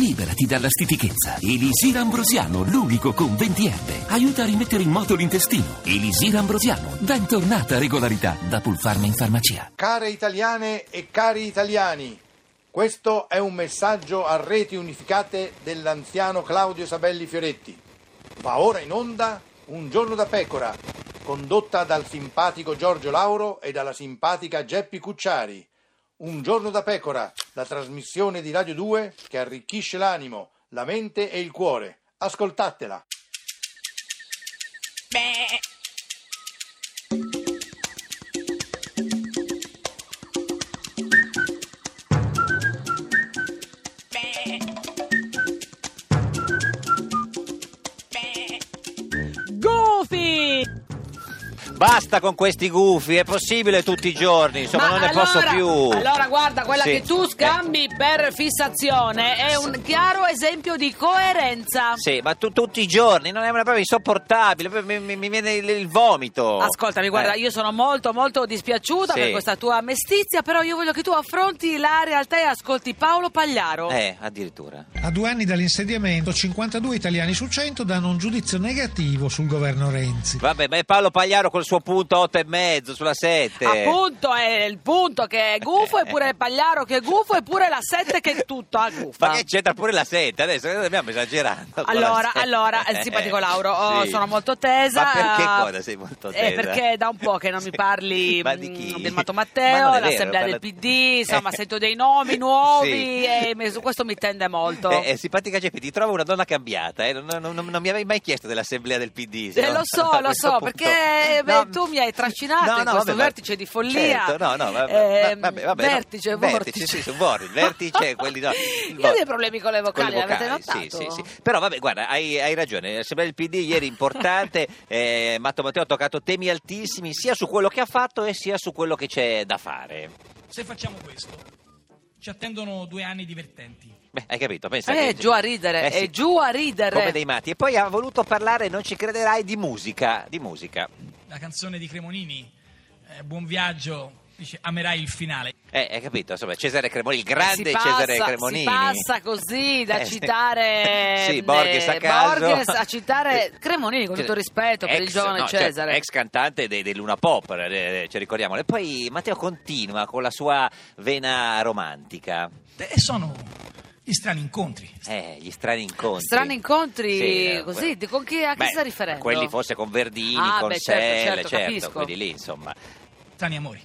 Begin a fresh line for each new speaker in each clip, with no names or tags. liberarti dalla stitichezza. Elisir Ambrosiano, l'unico con 20 erbe. Aiuta a rimettere in moto l'intestino. Elisir Ambrosiano, bentornata regolarità da Pulfarma in farmacia.
Care italiane e cari italiani, questo è un messaggio a reti unificate dell'anziano Claudio Sabelli Fioretti. Va ora in onda Un giorno da pecora, condotta dal simpatico Giorgio Lauro e dalla simpatica Geppi Cucciari. Un giorno da pecora, la trasmissione di Radio 2 che arricchisce l'animo, la mente e il cuore. Ascoltatela.
Mm.
Goofy!
Basta con questi gufi, è possibile tutti i giorni, insomma
Ma
non ne
allora-
posso più.
Allora, guarda, quella
Sì. Eh.
che tu scambi per fissazione è un chiaro esempio di coerenza.
Sì, ma tu- tutti i giorni, non è una proprio insopportabile, proprio mi, mi- mi viene il, il vomito.
Ascoltami, guarda,
Eh,
io sono molto molto dispiaciuta
Sì.
per questa tua mestizia, però io voglio che tu affronti la realtà e ascolti Paolo Pagliaro.
Eh, addirittura.
A due anni dall'insediamento, 52 italiani su 100 danno un giudizio negativo sul governo Renzi.
Vabbè, ma è Paolo Pagliaro col suo punto 8 e mezzo sulla 7.
Appunto è il punto che è gufo, eppure Pagliaro che è gufo, eppure la sette che è tutto a gufa.
Ma che c'entra pure la 7 adesso? Noi Abbiamo esagerato. con la
Allora,
sette.
allora, eh, simpatico Lauro, oh,
Sì.
sono molto tesa.
Ma perché
eh,
cosa sei molto tesa?
Eh, perché da un po' che non mi
Sì.
parli mm,
Ma di chi?
mh, del Mato
Ma
Matteo,
non è vero,
l'assemblea
parla-
del PD, insomma,
Eh.
sento dei nomi nuovi
Sì.
e mi- su questo mi tende molto.
Eh, eh, simpatica Geppi, ti trovo una donna cambiata. eh. Non, non- non- non mi avevi mai chiesto dell'assemblea del PD. se
Eh,
no-
lo so,
a
lo
questo
so,
punto.
perché, eh, beh, tu mi hai trascinato in questo
ma-
vertice di follia.
Certo, no, no, va- va-
Ehm,
vabbè, vabbè, no.
vertice, vortice.
vertice. Sì, sì, vortice, vertice, quelli no. il
Io ho
vor-
dei problemi con le vocali,
con le
l'avete
vocali,
notato?
Sì, sì, sì. Però vabbè, guarda, hai, hai ragione. L'assemblea del PD ieri importante, eh, Matteo Matteo ha toccato temi altissimi sia su quello che ha fatto e sia su quello che c'è da fare.
Se facciamo questo, ci attendono due anni divertenti.
Beh, hai capito? Pensa
Eh,
che-
giù a ridere,
Eh, sì.
è giù a ridere.
Come dei matti. E poi ha voluto parlare, non ci crederai, di musica. Di musica.
La canzone di Cremonini, eh, Buon viaggio, dice amerai il finale.
Eh, hai capito? Insomma, Cesare Cremonini, il
Eh, Si
grande
passa-
Cesare Cremonini.
Si passa così da
Eh, sì.
citare
Sì, Borges a
eh,
caso. Eh, cioè,
Borges a citare Cremonini con tutto il rispetto per il
Ex-
giovane
no, certo,
Cesare.
ex cantante dei, dei Luna Pop, eh, eh, ci ricordiamolo. E poi Matteo continua con la sua vena romantica.
E sono gli strani incontri.
Eh, gli strani incontri.
Strani incontri,
eh,
così,
que-
di- con chi- a chi
Beh,
stai riferendo?
Quelli forse con Verdini,
Ah,
con
beh, certo,
Selle,
certo, capisco.
quelli lì, insomma.
Strani amori.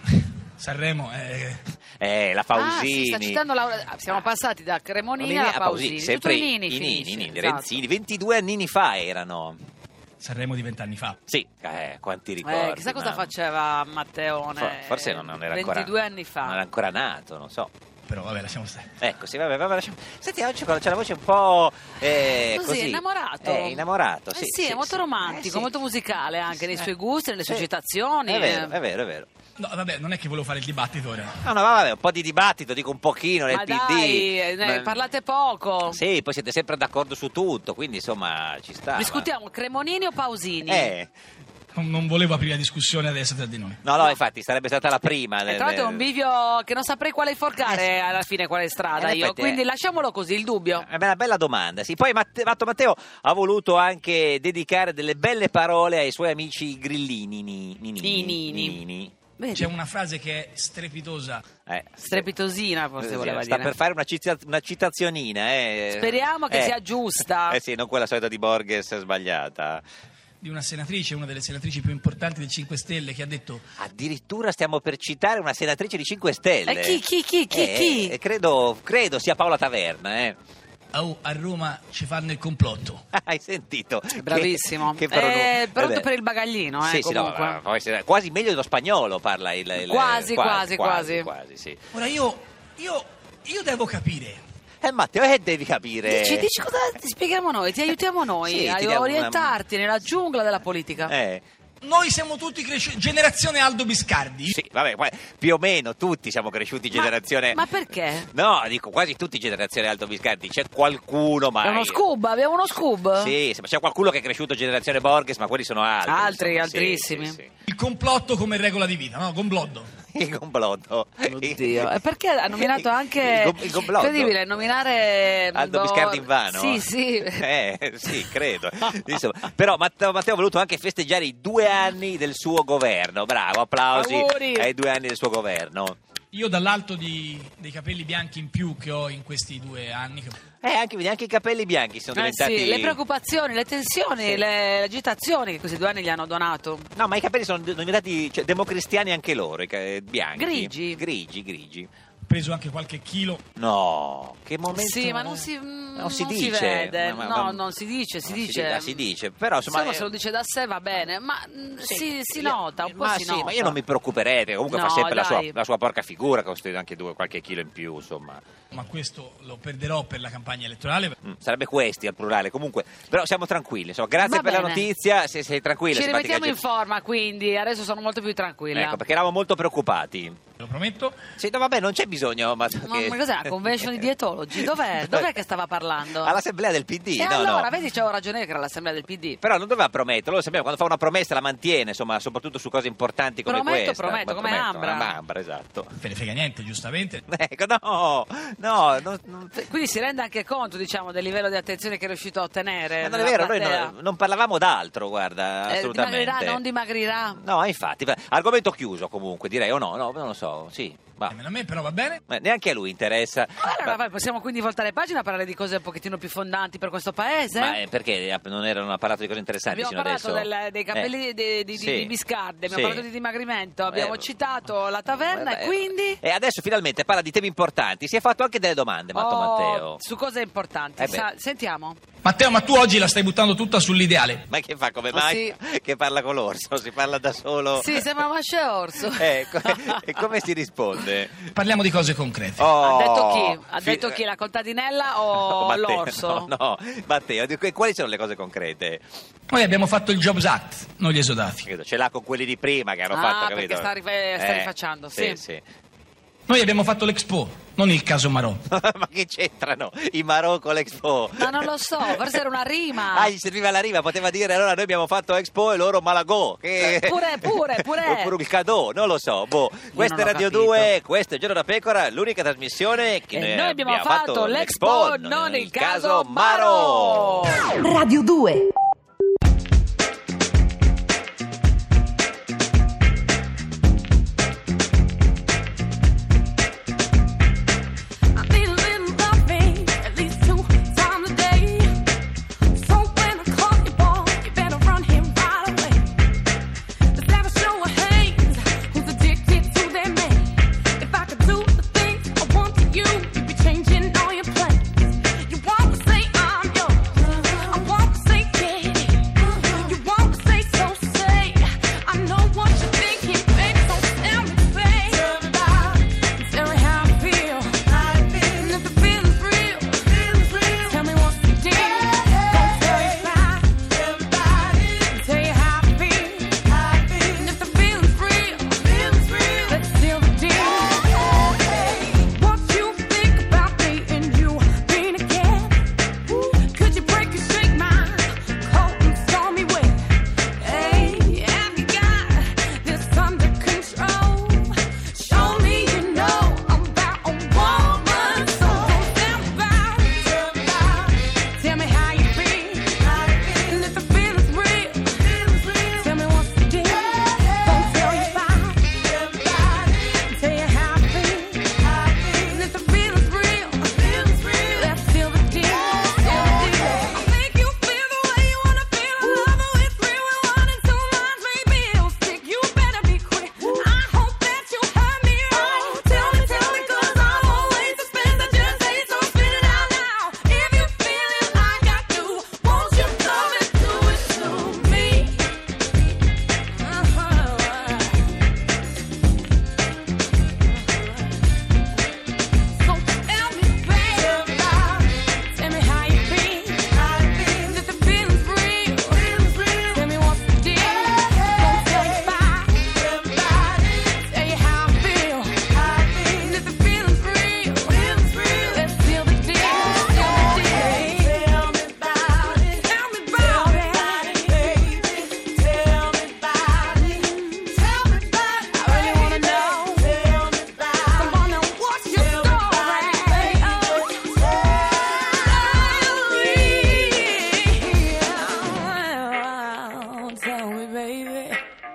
Sanremo è...
Eh, la
Ah, sì,
Pausini.
sta citando Laura- ah, Siamo passati da Cremonini
Nini
a
a
Pausini.
ah, sempre
Tutto i Nini,
i Nini,
finisce,
Nini,
esatto.
Renzini, 22 anni fa erano.
Sanremo di vent'anni fa.
Sì, eh, quanti ricordi.
Eh, chissà cosa
ma-
faceva Matteone.
For- Forse non, non era ancora
22 anni fa.
Non era ancora nato, non so.
Però vabbè, lasciamo stare.
Ecco, sì, vabbè, vabbè, lasciamo- Senti, oggi c'è la voce un po'. eh,
Così,
così,
innamorato.
Eh, innamorato,
Eh
sì.
sì, è molto romantico,
Eh, sì.
molto musicale anche nei
Sì,
suoi
eh.
gusti, nelle sue
Sì.
citazioni.
È vero, è vero, è vero.
No, vabbè, non è che volevo fare il dibattito ora.
No, no, va- vabbè, un po' di dibattito, dico un pochino nel
Ma
PD.
dai, eh,
Ma-
parlate poco.
Sì, poi siete sempre d'accordo su tutto, quindi insomma ci sta. ma-
Discutiamo Cremonini o Pausini?
Eh,
Non, non volevo aprire la discussione adesso tra di noi.
no, no, infatti sarebbe stata la prima.
E
nel-
tra l'altro è un bivio che non saprei quale forcare alla fine, quale strada
Eh, in
io.
effetti,
Quindi
eh.
lasciamolo così, il dubbio.
È una bella domanda, sì. Poi Matte- Matto Matteo ha voluto anche dedicare delle belle parole ai suoi amici grillini. ni- ni- ni-
Ninini.
ninini.
Vedi?
C'è una frase che è strepitosa.
Eh,
Strepitosina forse
sì,
voleva
sta
dire.
per fare una, cita- una citazionina. eh.
Speriamo che
Eh.
sia giusta.
Eh sì, non quella solita di Borges sbagliata.
di una senatrice, una delle senatrici più importanti del 5 Stelle, che ha detto
Addirittura stiamo per citare una senatrice di 5 Stelle.
Eh, chi, chi, chi, chi,
Eh,
chi?
eh, credo, credo sia Paola Taverna, eh.
"Au, a Roma ci fanno il complotto.
Hai sentito?
Bravissimo.
Che, che pronun-
Eh, pronto
Vabbè.
per il bagaglino, eh,
Sì, sì, no,
comunque.
ma- ma poi se- quasi meglio dello spagnolo parla il... il-
Quasi, quasi, quasi.
quasi, quasi, sì.
Ora io, io, io devo capire.
Eh, Matteo, eh, devi capire...
Dici, dici cosa ti spieghiamo noi, ti aiutiamo noi
Sì,
a
ti diamo una-
orientarti nella giungla della politica.
Eh,
Noi siamo tutti cresciuti, generazione Aldo Biscardi.
sì, vabbè, poi più o meno tutti siamo cresciuti
Ma-
generazione...
Ma, perché?
No, dico quasi tutti generazione Alto Biscardi, c'è qualcuno, ma...
È uno scoob, abbiamo uno scoob?
Sì, sì, ma c'è qualcuno che è cresciuto generazione Borges, ma quelli sono altri.
Altri,
insomma, sì,
altrissimi.
sì, sì.
Il complotto come regola di vita, no? Complotto.
il complotto.
Oddio, e perché ha nominato anche...
Il com- il complotto.
Incredibile, nominare...
Aldo
boh,
Biscardi Invano.
Sì, sì.
Eh, sì, credo. Insomma, però Matteo, Matteo ha voluto anche festeggiare i due anni del suo governo. Bravo, applausi
Auguri.
ai due anni del suo governo.
Io dall'alto di- dei capelli bianchi in più che ho in questi due anni, che
Eh, anche, vedi, anche i capelli bianchi sono
Eh
diventati...
sì, le preoccupazioni, le tensioni,
Sì.
le agitazioni che questi due anni gli hanno donato.
No, ma i capelli sono diventati cioè, democristiani anche loro, i ca- eh, bianchi.
Grigi.
Grigi, grigi.
ho preso anche qualche chilo.
No, che momento...
Sì, ma non si, mm,
non si
non si
dice.
vede.
Ma- ma-
No,
ma-
non si dice, si
non
dice.
ah, si dice, però
Insomma,
insomma... eh,
se lo dice da sé va bene, ma mm,
sì,
si, si
io-
nota, un po'
ma
si
sì,
nota.
ma io non mi preoccuperei, perché comunque fa
No,
sempre la sua,
dai.
la sua porca figura, che costruisce anche due, qualche chilo in più, insomma.
Ma questo lo perderò per la campagna elettorale.
Mm, Sarebbe questi al plurale, comunque. Però siamo tranquilli. Insomma, grazie
Va
per la
bene.
notizia. Se sei tranquilla,
Ci
simpatica
rimettiamo in
gente.
forma, quindi adesso sono molto più tranquilla.
Ecco, perché eravamo molto preoccupati.
Lo prometto.
Sì, no, vabbè, non c'è bisogno. Ma,
Ma
che-
ma cos'è la convention di dietologi? Dov'è? Dov'è che stava parlando?
All'assemblea del PD.
e
no, no.
allora, vedi, c'avevo ragione io che era l'assemblea del PD.
Però non doveva prometterlo, lo sappiamo, quando fa una promessa la mantiene, insomma, soprattutto su cose importanti come
Prometto,
questa.
prometto,
Ma
come Ambra.
ma Ambra, esatto.
Te ne frega niente, giustamente.
Ecco, no, no, non, non-
Quindi si rende anche conto, diciamo, del livello di attenzione che è riuscito a ottenere.
ma non è
nella
vero, noi
Eh, platea.
non, non parlavamo d'altro, guarda,
Eh,
assolutamente.
dimagrirà, non dimagrirà.
No, infatti, beh, argomento chiuso comunque, direi o no, no, non lo so, sì, ma
Nemmeno a me, però va bene.
eh, neanche a lui interessa.
Allora,
Ma-
vai, possiamo quindi voltare pagina e parlare di cose un pochettino più fondanti per questo paese?
Ma eh, perché eh, non erano ha parlato di cose interessanti
Abbiamo
sino
parlato
adesso?
del- dei capelli
Eh,
di, di,
sì.
di Biscardi, abbiamo
Sì.
parlato di dimagrimento, abbiamo
Eh,
citato la taverna
vabbè.
e quindi...
E adesso finalmente parla di temi importanti. Si è fatto anche delle domande, Matto
Oh,
Matteo.
Su cose importanti.
Eh beh.
Sa- sentiamo.
Matteo, ma tu oggi la stai buttando tutta sull'ideale.
Ma che fa come
Oh,
mai? Che parla con l'orso, si parla da solo.
Sì, sembra Masce Orso.
Eh, co- e come si risponde?
Parliamo di cose concrete.
Oh,
Ha detto chi? Ha
fi-
detto chi? La contadinella o
Oh, Matteo,
l'orso?
No, no, Matteo, di que- quali sono le cose concrete?
Noi abbiamo fatto il Jobs Act, non gli esodati.
Credo, ce l'ha con quelli di prima che hanno
Ah,
fatto, capito? Eh,
perché sta rife- sta rifacciando, sì.
sì.
Noi abbiamo fatto l'Expo, non il caso Marò.
Ma che c'entrano i Marò con l'Expo?
Ma non lo so, forse era una rima.
Ah, gli serviva la riva, poteva dire allora noi abbiamo fatto Expo e loro Malagò. Che...
Eh, pure, pure, pure. Eh,
Oppure il Cadò, non lo so. Boh. Questo è
non ho
Radio
capito.
2, questo è Giorno da Pecora, l'unica trasmissione che
E noi abbiamo fatto l'Expo, non il caso Marò.
Radio 2.
I need a little loving, at least two times a day. So when I call you, boy, you better run here right away. Let's have a show of hands. Who's addicted to their man? If I could do the things I want to you, you'd be changing all your plans. You want to say I'm yours. I want to say yeah.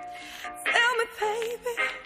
me, baby.